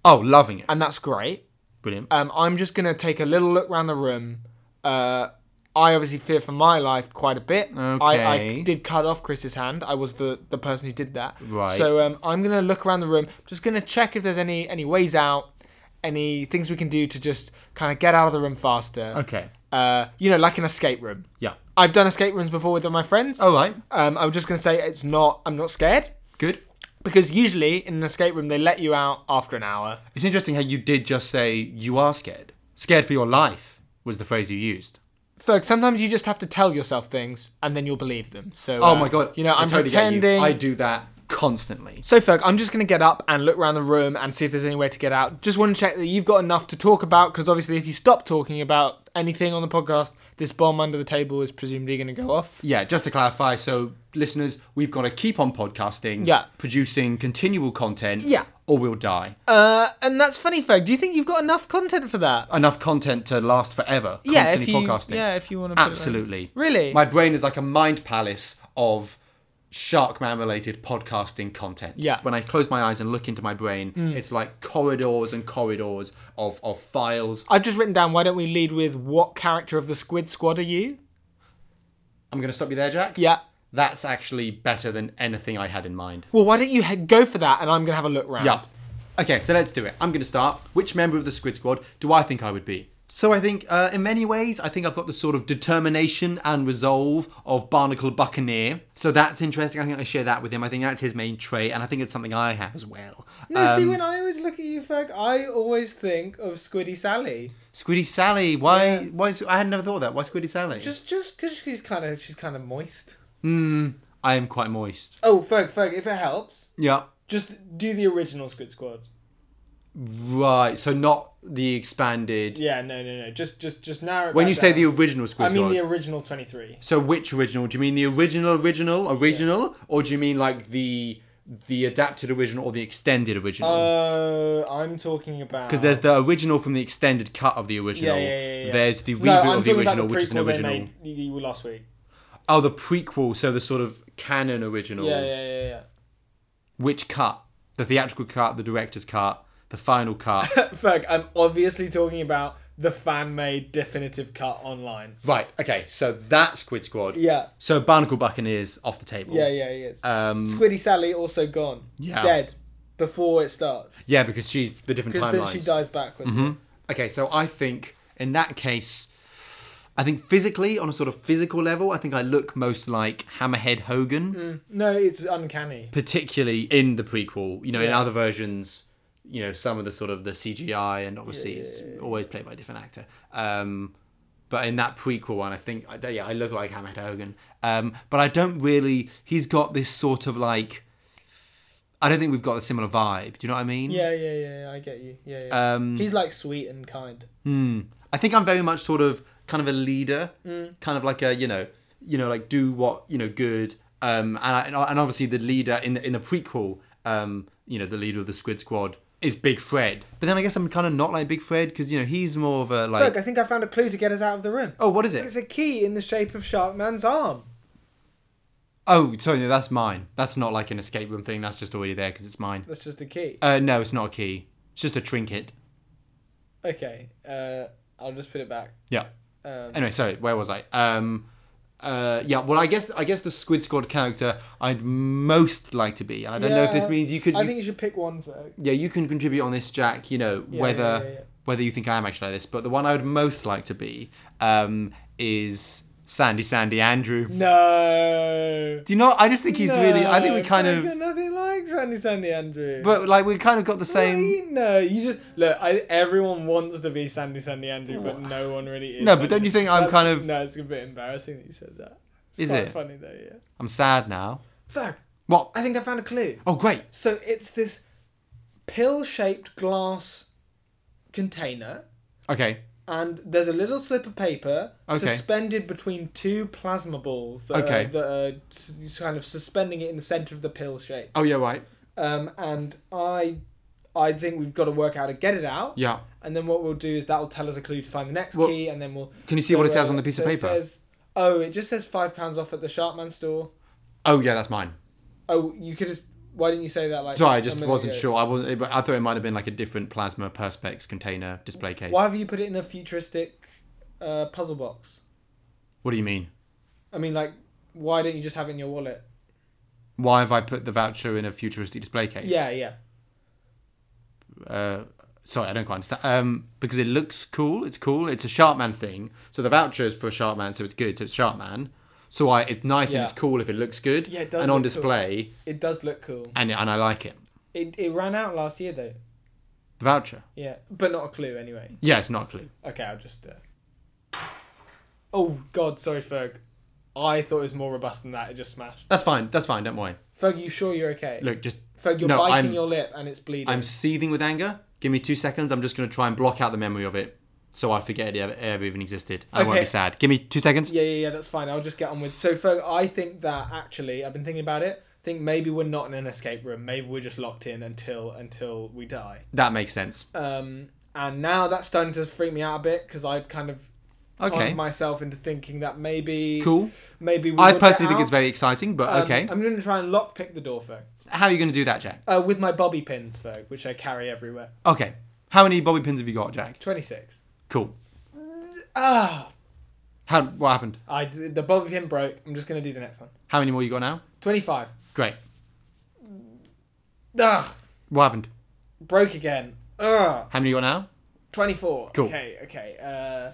[SPEAKER 2] Oh, loving it.
[SPEAKER 1] and that's great.
[SPEAKER 2] Brilliant.
[SPEAKER 1] Um, I'm just gonna take a little look round the room. Uh, I obviously fear for my life quite a bit. I,
[SPEAKER 2] Okay.
[SPEAKER 1] I did cut off Chris's hand. I was the, the person who did that.
[SPEAKER 2] Right.
[SPEAKER 1] So um, I'm gonna look around the room. Just gonna check if there's any any ways out, any things we can do to just kind of get out of the room faster.
[SPEAKER 2] okay.
[SPEAKER 1] Uh, you know, like an escape room.
[SPEAKER 2] Yeah. Oh,
[SPEAKER 1] I've done escape rooms before with my friends.
[SPEAKER 2] All right.
[SPEAKER 1] Um, I was just gonna say it's not. I'm not scared
[SPEAKER 2] Good.
[SPEAKER 1] because usually in an escape room they let you out after an hour.
[SPEAKER 2] It's interesting how you did just say you are scared. Scared for your life was the phrase you used.
[SPEAKER 1] Ferg, sometimes you just have to tell yourself things and then you'll believe them. So
[SPEAKER 2] Oh
[SPEAKER 1] uh,
[SPEAKER 2] my god.
[SPEAKER 1] you know
[SPEAKER 2] I
[SPEAKER 1] I'm
[SPEAKER 2] totally get you.
[SPEAKER 1] pretending.
[SPEAKER 2] I do that constantly.
[SPEAKER 1] So Ferg, I'm just gonna get up and look around the room and see if there's any way to get out. Just want to check that you've got enough to talk about because obviously if you stop talking about anything on the podcast, this bomb under the table is presumably gonna go off.
[SPEAKER 2] Yeah, just to clarify, so listeners, we've got to keep on podcasting,
[SPEAKER 1] Yeah.
[SPEAKER 2] producing continual content,
[SPEAKER 1] Yeah.
[SPEAKER 2] or we'll die.
[SPEAKER 1] Uh, and that's funny, Ferg. Do you think you've got enough content for that?
[SPEAKER 2] Enough content to last forever.
[SPEAKER 1] Yeah, if
[SPEAKER 2] constantly
[SPEAKER 1] you
[SPEAKER 2] podcasting.
[SPEAKER 1] yeah, if you want to
[SPEAKER 2] Absolutely.
[SPEAKER 1] Really?
[SPEAKER 2] My brain is like a mind palace of Sharkman related podcasting content.
[SPEAKER 1] Yeah. Mm.
[SPEAKER 2] When I close my eyes and look into my brain, it's like corridors and corridors of, of files.
[SPEAKER 1] I've just written down. Why don't we lead with what character of the Squid Squad are you?
[SPEAKER 2] I'm going to stop you there, Jack.
[SPEAKER 1] Yeah.
[SPEAKER 2] That's actually better than anything I had in mind.
[SPEAKER 1] Well, why don't you he- go for that, and I'm gonna have a look round.
[SPEAKER 2] Yeah. Okay, so let's do it. I'm going to start. Which member of the Squid Squad do I think I would be? So I think, uh, in many ways, I think I've got the sort of determination and resolve of Barnacle Buccaneer. So that's interesting. I think I share that with him. I think that's his main trait, and I think it's something I have as well.
[SPEAKER 1] No, see,
[SPEAKER 2] Um,
[SPEAKER 1] when I always look at you, Ferg, I always think of Squiddy Sally.
[SPEAKER 2] Squiddy Sally. Why?
[SPEAKER 1] Yeah.
[SPEAKER 2] Why? Is, I had never thought of that. Why Squiddy Sally?
[SPEAKER 1] Just, just because she's kind of, she's kind of moist.
[SPEAKER 2] I am quite moist.
[SPEAKER 1] Oh, Ferg, Ferg, if it helps,
[SPEAKER 2] Yeah.
[SPEAKER 1] just do the original Squid Squad.
[SPEAKER 2] Right. So not the expanded.
[SPEAKER 1] Yeah, no, no, no. Just, just, just narrow. It
[SPEAKER 2] When
[SPEAKER 1] back
[SPEAKER 2] you say the
[SPEAKER 1] down.
[SPEAKER 2] original Squid
[SPEAKER 1] I mean
[SPEAKER 2] Squad,
[SPEAKER 1] the original twenty-three.
[SPEAKER 2] So which original? Do you mean the original original original, or do you mean like the the adapted original or the extended original?
[SPEAKER 1] Uh, I'm talking about
[SPEAKER 2] Because there's the original from the extended cut of the original.
[SPEAKER 1] yeah, yeah, yeah, yeah.
[SPEAKER 2] There's the reboot
[SPEAKER 1] No, I'm
[SPEAKER 2] of the
[SPEAKER 1] talking about
[SPEAKER 2] original, which is an
[SPEAKER 1] prequel they
[SPEAKER 2] original.
[SPEAKER 1] made y- y- last week.
[SPEAKER 2] Oh, the prequel. So the sort of canon original.
[SPEAKER 1] Yeah, yeah, yeah, yeah.
[SPEAKER 2] Which cut? The theatrical cut, the director's cut, the final cut.
[SPEAKER 1] Ferg, I'm obviously talking about the fan made definitive cut online.
[SPEAKER 2] right. Okay. So that's Squid Squad.
[SPEAKER 1] Yeah.
[SPEAKER 2] So Barnacle Buccaneers off the table.
[SPEAKER 1] Yeah, yeah, he is.
[SPEAKER 2] Um,
[SPEAKER 1] Squiddy Sally also gone.
[SPEAKER 2] Yeah.
[SPEAKER 1] Dead before it starts.
[SPEAKER 2] yeah, because she's the different
[SPEAKER 1] Because then
[SPEAKER 2] timelines. Mm-hmm.
[SPEAKER 1] she dies backwards.
[SPEAKER 2] Okay, so I think in that case, I think physically, on a sort of physical level, I think I look most like Hammerhead Hogan,
[SPEAKER 1] No, it's uncanny.
[SPEAKER 2] particularly in the prequel. You know, in other versions, you know, some of the sort of the CGI and obviously it's always played by a different actor. Um, but in that prequel one, I think, I- yeah, I look like Hammerhead Hogan. Um, but I don't really, he's got this sort of like, I don't think we've got a similar vibe. Do you know what I mean?
[SPEAKER 1] Yeah, yeah, yeah, yeah, I get you. Yeah, yeah.
[SPEAKER 2] Um,
[SPEAKER 1] He's like sweet and kind.
[SPEAKER 2] I think I'm very much sort of kind of a leader, kind of like a you know, you know, like do what you know good. Um, and I, and I- and obviously the leader in the in the prequel, um, you know, the leader of the Squid Squad is Big Fred. But then I guess I'm kind of not like Big Fred because you know he's more of a like.
[SPEAKER 1] Look, I think I found a clue to get us out of the room.
[SPEAKER 2] Oh, what is
[SPEAKER 1] It's
[SPEAKER 2] it?
[SPEAKER 1] a key in the shape of Sharkman's arm.
[SPEAKER 2] Oh, sorry, no, that's mine. That's not like an escape room thing. That's just already there because it's mine.
[SPEAKER 1] That's just a key.
[SPEAKER 2] Uh, no, it's not a key. It's just a trinket.
[SPEAKER 1] Okay, uh, I'll just put it back.
[SPEAKER 2] Yeah.
[SPEAKER 1] Um,
[SPEAKER 2] anyway, sorry, where was I? Um, uh, yeah, well, I guess I guess the Squid Squad character I'd most like to be, and I don't know if
[SPEAKER 1] yeah,
[SPEAKER 2] this means you could.
[SPEAKER 1] I
[SPEAKER 2] you-
[SPEAKER 1] think you should pick one, Ferg.
[SPEAKER 2] yeah, you can contribute on this, Jack. You know
[SPEAKER 1] Yeah,
[SPEAKER 2] whether
[SPEAKER 1] yeah, yeah, yeah.
[SPEAKER 2] whether you think I am actually like this, but the one I would most like to be um, is Sandy Sandy Andrew.
[SPEAKER 1] No.
[SPEAKER 2] Do you know? I just think he's really. I think we
[SPEAKER 1] No,
[SPEAKER 2] kind
[SPEAKER 1] Ferg,
[SPEAKER 2] of,
[SPEAKER 1] you're nothing like Sandy Sandy Andrew.
[SPEAKER 2] but like we kind of got the
[SPEAKER 1] No,
[SPEAKER 2] same.
[SPEAKER 1] you, no, you just look. I, everyone wants to be Sandy, Sandy Andrew, but no one really is.
[SPEAKER 2] No, but
[SPEAKER 1] Sandy.
[SPEAKER 2] don't you think I'm
[SPEAKER 1] That's-
[SPEAKER 2] kind of-
[SPEAKER 1] No, it's a bit embarrassing that you said that. It's
[SPEAKER 2] Is
[SPEAKER 1] quite
[SPEAKER 2] it?
[SPEAKER 1] funny though? Yeah.
[SPEAKER 2] I'm sad now.
[SPEAKER 1] Ferg,
[SPEAKER 2] What?
[SPEAKER 1] I think I found a clue.
[SPEAKER 2] Oh, great.
[SPEAKER 1] So it's this pill-shaped glass container,
[SPEAKER 2] Okay.
[SPEAKER 1] and there's a little slip of paper
[SPEAKER 2] Okay.
[SPEAKER 1] suspended between two plasma balls that
[SPEAKER 2] Okay.
[SPEAKER 1] are, that are s- kind of suspending it in the center of the pill shape.
[SPEAKER 2] Oh yeah, right.
[SPEAKER 1] Um, and I I think we've got to work out how to get it out.
[SPEAKER 2] Yeah.
[SPEAKER 1] And then what we'll do is that'll tell us a clue to find the next
[SPEAKER 2] Well,
[SPEAKER 1] key, and then we'll.
[SPEAKER 2] can you see what it says on the piece of
[SPEAKER 1] so it
[SPEAKER 2] paper?
[SPEAKER 1] says- oh, it just says five pounds off at the Sharpman store.
[SPEAKER 2] Oh yeah, that's mine.
[SPEAKER 1] Oh, you could have. Why didn't you say that? Like,
[SPEAKER 2] Sorry, I
[SPEAKER 1] a
[SPEAKER 2] just
[SPEAKER 1] minute
[SPEAKER 2] wasn't
[SPEAKER 1] ago?
[SPEAKER 2] sure. I wasn't. but I thought it might have been like a different plasma perspex container display case.
[SPEAKER 1] Why have you put it in a futuristic uh, puzzle box?
[SPEAKER 2] What do you mean?
[SPEAKER 1] I mean, like, why don't you just have it in your wallet?
[SPEAKER 2] Why have I put the voucher in a futuristic display case?
[SPEAKER 1] Yeah, yeah.
[SPEAKER 2] Uh, sorry, I don't quite understand. Um, because it looks cool. It's cool. It's a Sharpman thing. So the voucher is for Sharpman, so it's good. So it's Sharpman. So I, it's nice and
[SPEAKER 1] Yeah.
[SPEAKER 2] it's cool if it looks good
[SPEAKER 1] Yeah, it does
[SPEAKER 2] and on
[SPEAKER 1] look cool.
[SPEAKER 2] display,
[SPEAKER 1] It does look cool.
[SPEAKER 2] and and I like it.
[SPEAKER 1] It, it ran out last year though.
[SPEAKER 2] The voucher.
[SPEAKER 1] Yeah, but not a clue anyway.
[SPEAKER 2] Yeah, it's not a clue.
[SPEAKER 1] Okay, I'll just. Uh... Oh God, sorry, Ferg. I thought it was more robust than that. It just smashed.
[SPEAKER 2] That's fine. That's fine. Don't worry.
[SPEAKER 1] Ferg, you sure you're okay?
[SPEAKER 2] Look, just
[SPEAKER 1] Ferg, you're
[SPEAKER 2] no,
[SPEAKER 1] biting
[SPEAKER 2] I'm-
[SPEAKER 1] your lip and it's bleeding.
[SPEAKER 2] I'm seething with anger. Give me two seconds. I'm just going to try and block out the memory of it so I forget it ever, ever even existed. I won't
[SPEAKER 1] Okay.
[SPEAKER 2] be sad. Give me two seconds.
[SPEAKER 1] Yeah, yeah, yeah. That's fine. I'll just get on with. So, Ferg, I think that actually, I've been thinking about it. I think maybe we're not in an escape room. Maybe we're just locked in until until we die.
[SPEAKER 2] That makes sense.
[SPEAKER 1] Um, and now that's starting to freak me out a bit because I'd kind of conned
[SPEAKER 2] Okay.
[SPEAKER 1] myself into thinking that maybe
[SPEAKER 2] Cool.
[SPEAKER 1] Maybe we
[SPEAKER 2] I
[SPEAKER 1] would
[SPEAKER 2] personally
[SPEAKER 1] get
[SPEAKER 2] think it's
[SPEAKER 1] out.
[SPEAKER 2] very exciting, but
[SPEAKER 1] Um,
[SPEAKER 2] okay.
[SPEAKER 1] I'm going to try and lockpick the door, Ferg,
[SPEAKER 2] How are you going to do that, Jack?
[SPEAKER 1] uh, with my bobby pins, Ferg, which I carry everywhere.
[SPEAKER 2] Okay. How many bobby pins have you got, Jack?
[SPEAKER 1] Twenty six.
[SPEAKER 2] Cool.
[SPEAKER 1] Ah,
[SPEAKER 2] How what happened?
[SPEAKER 1] I d- the bobby pin broke. I'm just going to do the next one.
[SPEAKER 2] How many more you got now?
[SPEAKER 1] Twenty five.
[SPEAKER 2] Great.
[SPEAKER 1] Ugh,
[SPEAKER 2] What happened?
[SPEAKER 1] Ah, broke again. Ugh.
[SPEAKER 2] How many you got now?
[SPEAKER 1] 24.
[SPEAKER 2] Cool.
[SPEAKER 1] Okay, okay. Uh,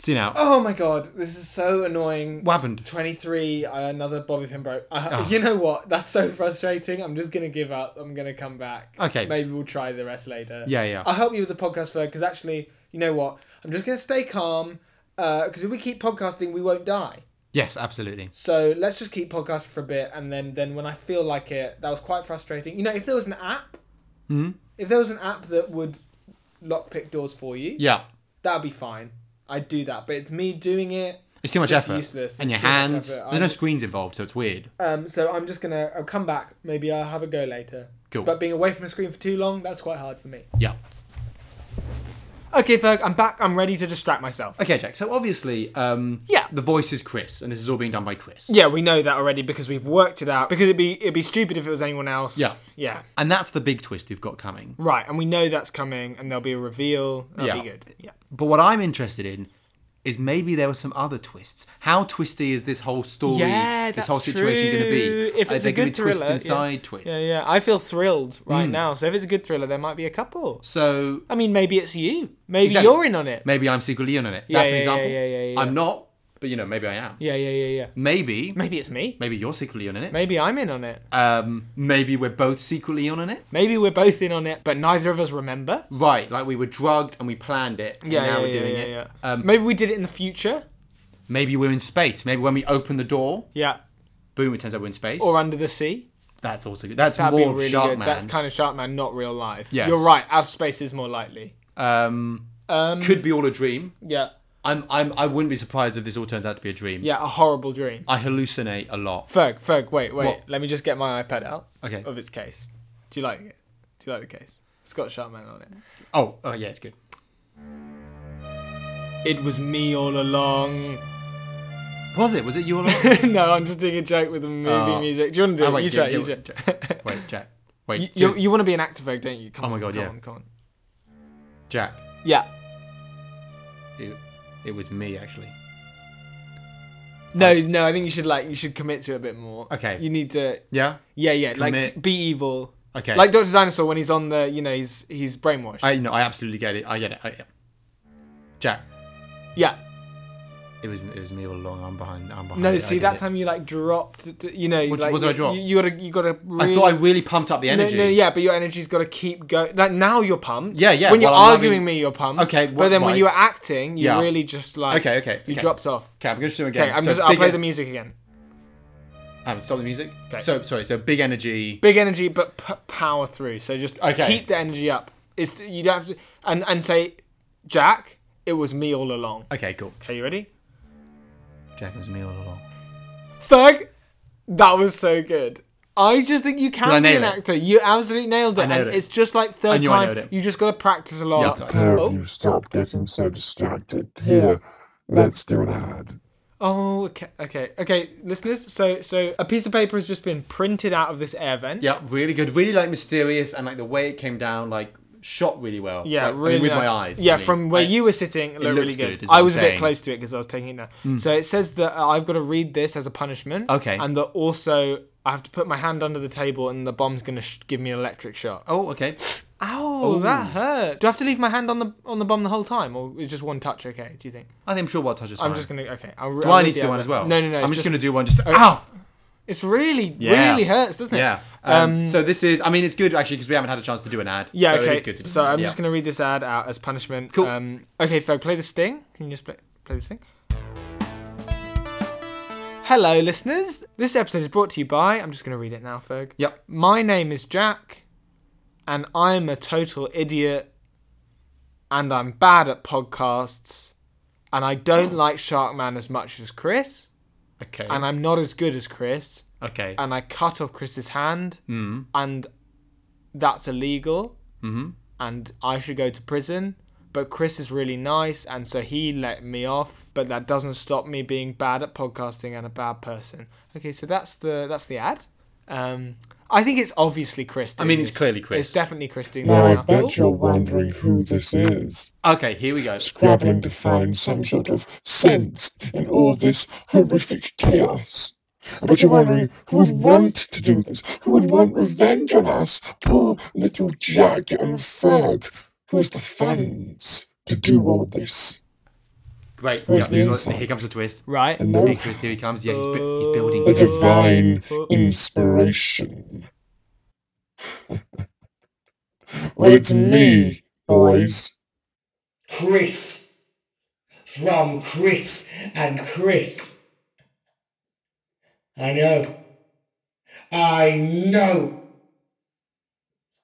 [SPEAKER 2] See now.
[SPEAKER 1] oh my god, this is so annoying.
[SPEAKER 2] What happened?
[SPEAKER 1] 23, uh, another Bobby Pin broke. Uh,
[SPEAKER 2] Oh.
[SPEAKER 1] You know what? That's so frustrating. I'm just going to give up. I'm going to come back.
[SPEAKER 2] Okay.
[SPEAKER 1] Maybe we'll try the rest later.
[SPEAKER 2] Yeah, yeah.
[SPEAKER 1] I'll help you with the podcast, Ferg, because actually, you know what? I'm just going to stay calm, because if we keep podcasting, we won't die.
[SPEAKER 2] Yes, absolutely.
[SPEAKER 1] So let's just keep podcasting for a bit, and then, then when I feel like it, that was quite frustrating. You know, if there was an app, if there was an app that would lockpick doors for you,
[SPEAKER 2] Yeah.
[SPEAKER 1] that'd be fine. I'd do that, but it's me doing it.
[SPEAKER 2] It's too much
[SPEAKER 1] It's
[SPEAKER 2] effort.
[SPEAKER 1] useless.
[SPEAKER 2] And
[SPEAKER 1] It's
[SPEAKER 2] your
[SPEAKER 1] too much
[SPEAKER 2] hands.
[SPEAKER 1] effort.
[SPEAKER 2] There's no
[SPEAKER 1] I'm-
[SPEAKER 2] screens involved, so it's weird.
[SPEAKER 1] Um, so I'm just gonna I'll come back. Maybe I'll have a go later.
[SPEAKER 2] Cool.
[SPEAKER 1] But being away from a screen for too long, that's quite hard for me.
[SPEAKER 2] Yeah.
[SPEAKER 1] Okay, Ferg, I'm back. I'm ready to distract myself.
[SPEAKER 2] Okay, Jack. So obviously, um,
[SPEAKER 1] Yeah.
[SPEAKER 2] the voice is Chris, and this is all being done by Chris.
[SPEAKER 1] Yeah, we know that already because we've worked it out. Because it'd be it'd be stupid if it was anyone else.
[SPEAKER 2] Yeah.
[SPEAKER 1] Yeah.
[SPEAKER 2] And that's the big twist we've got coming.
[SPEAKER 1] Right, and we know that's coming, and there'll be a reveal. That'll
[SPEAKER 2] Yeah.
[SPEAKER 1] be good. Yeah.
[SPEAKER 2] But what I'm interested in is maybe there were some other twists. How twisty is this whole story?
[SPEAKER 1] Yeah,
[SPEAKER 2] this
[SPEAKER 1] that's
[SPEAKER 2] whole situation going to
[SPEAKER 1] true.
[SPEAKER 2] be?
[SPEAKER 1] If
[SPEAKER 2] Are
[SPEAKER 1] it's
[SPEAKER 2] there
[SPEAKER 1] a
[SPEAKER 2] gonna
[SPEAKER 1] good
[SPEAKER 2] be twists
[SPEAKER 1] thriller,
[SPEAKER 2] inside
[SPEAKER 1] yeah.
[SPEAKER 2] twists? Hmm.
[SPEAKER 1] Yeah, yeah. I feel thrilled right now. So if it's a good thriller, there might be a couple.
[SPEAKER 2] So
[SPEAKER 1] I mean, maybe it's you. Maybe
[SPEAKER 2] Exactly.
[SPEAKER 1] you're in on it.
[SPEAKER 2] maybe I'm secretly in on it.
[SPEAKER 1] Yeah,
[SPEAKER 2] That's an
[SPEAKER 1] yeah, yeah,
[SPEAKER 2] example.
[SPEAKER 1] yeah, yeah, yeah.
[SPEAKER 2] I'm not, but you know, maybe I am.
[SPEAKER 1] Yeah, yeah, yeah, yeah.
[SPEAKER 2] Maybe,
[SPEAKER 1] Maybe it's me.
[SPEAKER 2] maybe you're secretly in on it.
[SPEAKER 1] Maybe I'm in on it.
[SPEAKER 2] Um, maybe we're both secretly in on it.
[SPEAKER 1] Maybe we're both in on it, but neither of us remember.
[SPEAKER 2] Right, like we were drugged and we planned it. And
[SPEAKER 1] Yeah,
[SPEAKER 2] now
[SPEAKER 1] yeah,
[SPEAKER 2] we're
[SPEAKER 1] yeah,
[SPEAKER 2] doing
[SPEAKER 1] yeah,
[SPEAKER 2] it.
[SPEAKER 1] yeah.
[SPEAKER 2] Um,
[SPEAKER 1] Maybe we did it in the future.
[SPEAKER 2] Maybe we're in space. Maybe when we open the door,
[SPEAKER 1] Yeah,
[SPEAKER 2] boom, it turns out we're in space.
[SPEAKER 1] or under the sea.
[SPEAKER 2] That's also good. That's
[SPEAKER 1] That'd
[SPEAKER 2] more
[SPEAKER 1] be really
[SPEAKER 2] Sharkman.
[SPEAKER 1] good. That's kind of Sharkman, not real life.
[SPEAKER 2] Yes.
[SPEAKER 1] you're right. Outer space is more likely.
[SPEAKER 2] um, could be all a dream.
[SPEAKER 1] Yeah,
[SPEAKER 2] I'm, I'm, I wouldn't be surprised if this all turns out to be a dream.
[SPEAKER 1] yeah, a horrible dream.
[SPEAKER 2] I hallucinate a lot.
[SPEAKER 1] Ferg, Ferg, wait, wait.
[SPEAKER 2] What?
[SPEAKER 1] Let me just get my iPad out
[SPEAKER 2] Okay.
[SPEAKER 1] of its case. Do you like it? Do you like the case? It's got Sharkman on it.
[SPEAKER 2] Oh, oh yeah, it's good.
[SPEAKER 1] It was me all along.
[SPEAKER 2] Was it? Was it you all along?
[SPEAKER 1] no, I'm just doing a joke with the movie
[SPEAKER 2] Oh.
[SPEAKER 1] music. Do you want to do
[SPEAKER 2] Oh,
[SPEAKER 1] it?
[SPEAKER 2] wait,
[SPEAKER 1] you
[SPEAKER 2] do-
[SPEAKER 1] try. it,
[SPEAKER 2] do-
[SPEAKER 1] you
[SPEAKER 2] do-
[SPEAKER 1] try.
[SPEAKER 2] Wait, Jack. Wait,
[SPEAKER 1] You, you,
[SPEAKER 2] seriously,
[SPEAKER 1] you want to be an actor, Ferg, don't you? Come
[SPEAKER 2] Oh my
[SPEAKER 1] on,
[SPEAKER 2] God,
[SPEAKER 1] come
[SPEAKER 2] yeah.
[SPEAKER 1] on, come on.
[SPEAKER 2] Jack.
[SPEAKER 1] Yeah.
[SPEAKER 2] It, it was me actually.
[SPEAKER 1] No, no. I think you should like you should commit to it a bit more.
[SPEAKER 2] Okay.
[SPEAKER 1] You need to.
[SPEAKER 2] Yeah.
[SPEAKER 1] Yeah, yeah.
[SPEAKER 2] Commit.
[SPEAKER 1] Like be evil.
[SPEAKER 2] Okay.
[SPEAKER 1] Like Doctor Dinosaur when he's on the, you know, he's he's brainwashed.
[SPEAKER 2] I no, I absolutely get it. I get it. I, yeah. Jack.
[SPEAKER 1] yeah.
[SPEAKER 2] It was it was me all along. I'm behind. I'm behind.
[SPEAKER 1] No,
[SPEAKER 2] it, I
[SPEAKER 1] see
[SPEAKER 2] get
[SPEAKER 1] that
[SPEAKER 2] it.
[SPEAKER 1] time you like dropped, t- you know,
[SPEAKER 2] What-
[SPEAKER 1] like,
[SPEAKER 2] what did
[SPEAKER 1] you,
[SPEAKER 2] I drop?
[SPEAKER 1] You, you gotta, you gotta. Really,
[SPEAKER 2] I thought I really pumped up the
[SPEAKER 1] No,
[SPEAKER 2] energy.
[SPEAKER 1] no, yeah, but your energy's got to keep going. Like now you're pumped.
[SPEAKER 2] Yeah, yeah,
[SPEAKER 1] When you're
[SPEAKER 2] well, I'm
[SPEAKER 1] arguing
[SPEAKER 2] having-
[SPEAKER 1] me, you're pumped.
[SPEAKER 2] Okay,
[SPEAKER 1] but
[SPEAKER 2] what-
[SPEAKER 1] then when
[SPEAKER 2] right.
[SPEAKER 1] you were acting, you
[SPEAKER 2] Yeah.
[SPEAKER 1] really just like.
[SPEAKER 2] Okay, okay,
[SPEAKER 1] You
[SPEAKER 2] okay.
[SPEAKER 1] dropped off.
[SPEAKER 2] Okay, I'm going to do it again.
[SPEAKER 1] Okay, I'm
[SPEAKER 2] So
[SPEAKER 1] just. I'll
[SPEAKER 2] big
[SPEAKER 1] play
[SPEAKER 2] en-
[SPEAKER 1] the music again.
[SPEAKER 2] Um, stop the music.
[SPEAKER 1] Okay.
[SPEAKER 2] So sorry. So big energy.
[SPEAKER 1] big energy but p- power through so just
[SPEAKER 2] Okay.
[SPEAKER 1] keep the energy up it's you don't have to and and say jack it was me all along
[SPEAKER 2] Okay, cool.
[SPEAKER 1] okay you ready
[SPEAKER 2] Jack it was me all along.
[SPEAKER 1] ferg that was so good I just think you can
[SPEAKER 2] I
[SPEAKER 1] be
[SPEAKER 2] nail
[SPEAKER 1] an
[SPEAKER 2] it?
[SPEAKER 1] actor. You absolutely nailed it.
[SPEAKER 2] I nailed
[SPEAKER 1] and
[SPEAKER 2] it.
[SPEAKER 1] It's just like third
[SPEAKER 2] I knew I
[SPEAKER 1] time.
[SPEAKER 2] nailed it.
[SPEAKER 1] You just got to practice a lot.
[SPEAKER 2] Yeah.
[SPEAKER 4] Have
[SPEAKER 1] Oh.
[SPEAKER 4] you stopped getting so distracted? Here, let's do an ad.
[SPEAKER 1] Oh, okay, okay, okay, listeners. So, so a piece of paper has just been printed out of this air vent.
[SPEAKER 2] Yeah, really good. Really like mysterious and like the way it came down, like shot really well.
[SPEAKER 1] Yeah,
[SPEAKER 2] Like, I mean,
[SPEAKER 1] really
[SPEAKER 2] with
[SPEAKER 1] nice.
[SPEAKER 2] my eyes.
[SPEAKER 1] Yeah,
[SPEAKER 2] I mean,
[SPEAKER 1] from where
[SPEAKER 2] I-
[SPEAKER 1] you were sitting, it looked,
[SPEAKER 2] looked
[SPEAKER 1] really good.
[SPEAKER 2] good, is what
[SPEAKER 1] I
[SPEAKER 2] I'm
[SPEAKER 1] was a bit
[SPEAKER 2] saying. Hmm.
[SPEAKER 1] close to it because I was taking it now. So it says that uh, I've got to read this as a punishment.
[SPEAKER 2] Okay.
[SPEAKER 1] And that also I have to put my hand under the table and the bomb's gonna sh- give me an electric shock.
[SPEAKER 2] Oh, okay. Oh.
[SPEAKER 1] Ow, that hurt. Do I have to leave my hand on the on the bomb the whole time, or is just one touch okay? Do you think?
[SPEAKER 2] I think I'm sure what touches.
[SPEAKER 1] I'm just gonna okay. I'll,
[SPEAKER 2] Do I need to do one as well?
[SPEAKER 1] No, no, no.
[SPEAKER 2] I'm
[SPEAKER 1] it's Oh,
[SPEAKER 2] just, gonna do one. Just ow.
[SPEAKER 1] It's really,
[SPEAKER 2] Yeah.
[SPEAKER 1] really hurts, doesn't it?
[SPEAKER 2] Yeah. Um,
[SPEAKER 1] Um,
[SPEAKER 2] so this is. I mean, it's good actually because we haven't had a chance to do an ad.
[SPEAKER 1] Yeah,
[SPEAKER 2] So
[SPEAKER 1] okay.
[SPEAKER 2] it is good to do
[SPEAKER 1] so
[SPEAKER 2] an ad,
[SPEAKER 1] I'm
[SPEAKER 2] yeah.
[SPEAKER 1] just going to read this ad out as punishment.
[SPEAKER 2] Cool.
[SPEAKER 1] Um, okay, Ferg, play the sting. Can you just play, play the sting? Hello, listeners. This episode is brought to you by. I'm just going to read it now, Ferg.
[SPEAKER 2] Yep.
[SPEAKER 1] My name is Jack, and I'm a total idiot, and I'm bad at podcasts, and I don't
[SPEAKER 2] Oh.
[SPEAKER 1] like Sharkman as much as Chris,
[SPEAKER 2] Okay.
[SPEAKER 1] and I'm not as good as Chris,
[SPEAKER 2] okay.
[SPEAKER 1] and I cut off Chris's hand,
[SPEAKER 2] Hmm.
[SPEAKER 1] and that's illegal,
[SPEAKER 2] Mm-hmm.
[SPEAKER 1] and I should go to prison. But Chris is really nice, and so he let me off. But that doesn't stop me being bad at podcasting and a bad person. Okay, so that's the that's the ad. Um, I think it's obviously Chris.
[SPEAKER 2] I mean,
[SPEAKER 1] doing
[SPEAKER 2] it's
[SPEAKER 1] this.
[SPEAKER 2] clearly Chris.
[SPEAKER 1] It's definitely Chris doing
[SPEAKER 4] Now I
[SPEAKER 1] this. now.
[SPEAKER 4] bet you're wondering who this is.
[SPEAKER 2] okay. Here we go.
[SPEAKER 4] Scrabbling to find some sort of sense in all this horrific chaos. I bet you're wondering who would want to do this? Who would want revenge on us? Poor little Jack and Ferg. Who has the funds to do all this?
[SPEAKER 2] Great.
[SPEAKER 4] Where's
[SPEAKER 2] Yeah,
[SPEAKER 4] the
[SPEAKER 2] this is
[SPEAKER 4] inside?
[SPEAKER 2] what- here comes the twist.
[SPEAKER 1] Right.
[SPEAKER 4] And no
[SPEAKER 2] Big twist. Here he comes. Yeah, he's, bu-
[SPEAKER 1] Uh,
[SPEAKER 2] he's
[SPEAKER 4] the
[SPEAKER 2] building. to it.
[SPEAKER 4] divine inspiration. well, it's me, boys.
[SPEAKER 5] Chris. From Chris and Chris. I know. I know.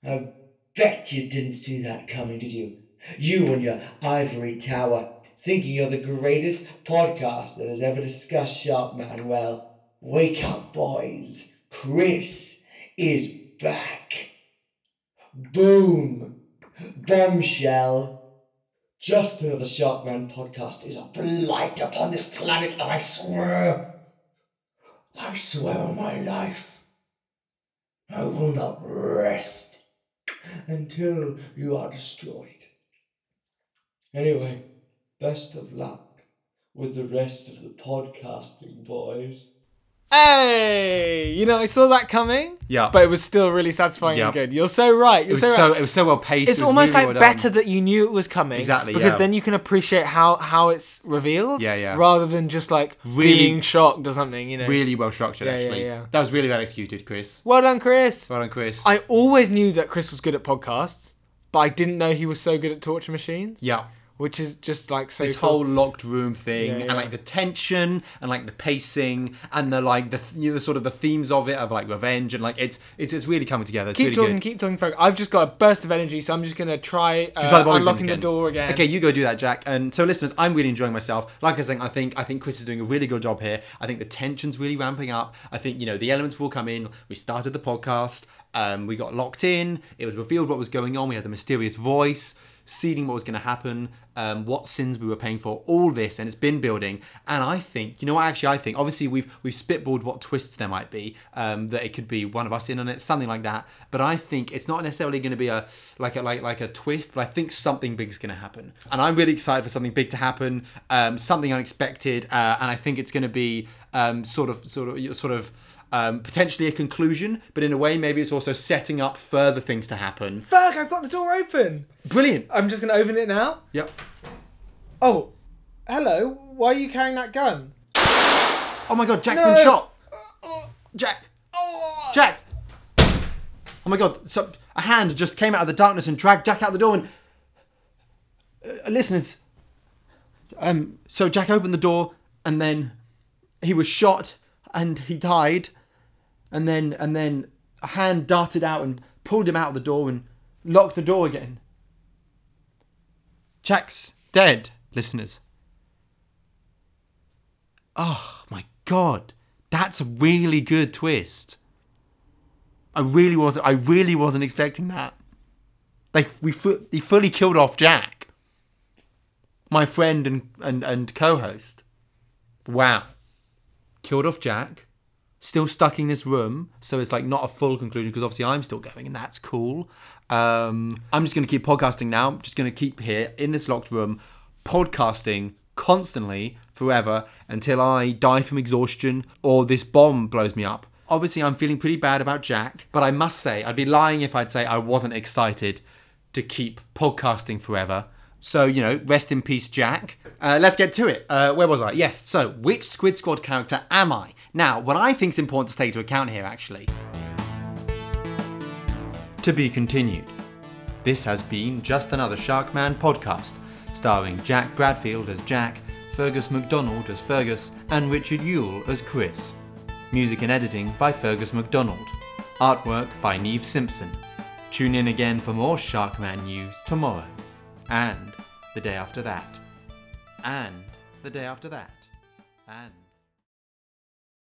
[SPEAKER 5] I bet you didn't see that coming, did you? You and your ivory tower, thinking you're the greatest podcast that has ever discussed Sharkman. Well, wake up, boys. Chris is back. Boom. Bombshell. Just another Sharkman podcast is a blight upon this planet, and I swear, I swear on my life, I will not rest until you are destroyed. Anyway, best of luck with the rest of the podcasting, boys.
[SPEAKER 1] Hey, you know, I saw that coming.
[SPEAKER 2] Yeah.
[SPEAKER 1] But it was still really satisfying
[SPEAKER 2] Yeah.
[SPEAKER 1] and good. You're so right. You're
[SPEAKER 2] It was
[SPEAKER 1] so,
[SPEAKER 2] so.
[SPEAKER 1] right.
[SPEAKER 2] It was so well paced.
[SPEAKER 1] it's
[SPEAKER 2] it was
[SPEAKER 1] almost
[SPEAKER 2] really
[SPEAKER 1] like
[SPEAKER 2] well done.
[SPEAKER 1] better that you knew it was coming.
[SPEAKER 2] Exactly,
[SPEAKER 1] Because
[SPEAKER 2] yeah.
[SPEAKER 1] then you can appreciate how how it's revealed.
[SPEAKER 2] Yeah, yeah.
[SPEAKER 1] Rather than just like
[SPEAKER 2] Really-
[SPEAKER 1] being shocked or something. You know.
[SPEAKER 2] Really well structured.
[SPEAKER 1] Yeah, yeah,
[SPEAKER 2] actually,
[SPEAKER 1] yeah.
[SPEAKER 2] that was really well executed, Chris.
[SPEAKER 1] Well done, Chris.
[SPEAKER 2] Well done, Chris.
[SPEAKER 1] I always knew that Chris was good at podcasts, but I didn't know he was so good at torture machines.
[SPEAKER 2] yeah.
[SPEAKER 1] Which is just like so.
[SPEAKER 2] this
[SPEAKER 1] cool.
[SPEAKER 2] whole locked room thing
[SPEAKER 1] Yeah, yeah.
[SPEAKER 2] and like the tension and like the pacing and the like the you know, the sort of the themes of it of like revenge and like it's it's, it's really coming together it's
[SPEAKER 1] Keep
[SPEAKER 2] really
[SPEAKER 1] talking,
[SPEAKER 2] good
[SPEAKER 1] keep talking, folk. I've just got a burst of energy, so I'm just gonna try, uh,
[SPEAKER 2] Should try the bobby pins
[SPEAKER 1] unlocking the
[SPEAKER 2] again?
[SPEAKER 1] door again.
[SPEAKER 2] Okay, you go do that, Jack. And so, listeners, I'm really enjoying myself. Like I was saying, I think I think Chris is doing a really good job here. I think the tension's really ramping up. I think you know the elements will come in. We started the podcast. Um, we got locked in. It was revealed what was going on. We had the mysterious voice, seeding what was going to happen, um, what sins we were paying for, all this, and it's been building. And I think, you know, what actually, I think obviously we've we've spitballed what twists there might be. Um, that it could be one of us in on it, something like that. But I think it's not necessarily going to be a like a like like a twist. But I think something big's going to happen, and I'm really excited for something big to happen, um, something unexpected, uh, and I think it's going to be um, sort of sort of sort of. Um, potentially a conclusion, but in a way, maybe it's also setting up further things to happen.
[SPEAKER 1] Fuck! I've got the door open.
[SPEAKER 2] Brilliant.
[SPEAKER 1] I'm just gonna open it now.
[SPEAKER 2] Yep.
[SPEAKER 1] Oh, hello. Why are you carrying that gun?
[SPEAKER 2] Oh my god, Jack's
[SPEAKER 1] No.
[SPEAKER 2] been shot. Jack. Jack. Oh my god, so a hand just came out of the darkness and dragged Jack out the door and Uh, listeners um so Jack opened the door and then he was shot and he died and then and then a hand darted out and pulled him out of the door and locked the door again. Jack's dead, listeners. Oh my god, that's a really good twist. I really wasn't. I really wasn't expecting that. They we fu- they fully killed off Jack, my friend and and and co-host. Wow, killed off Jack. Still stuck in this room, so it's like not a full conclusion because obviously I'm still going, and that's cool. Um, I'm just gonna keep podcasting now. I'm just gonna keep here in this locked room, podcasting constantly forever until I die from exhaustion or this bomb blows me up. Obviously, I'm feeling pretty bad about Jack, but I must say, I'd be lying if I'd say I wasn't excited to keep podcasting forever. So, you know, rest in peace, Jack. Uh, let's get to it. Uh, where was I? Yes, so which Squid Squad character am I? Now, what I think is important to take into account here, actually. To be continued. This has been Just Another Sharkman podcast, starring Jack Bradfield as Jack, Fergus MacDonald as Fergus, and Richard Yule as Chris. Music and editing by Fergus MacDonald. Artwork by Neve Simpson. Tune in again for more Sharkman news tomorrow. And the day after that. And the day after that. And.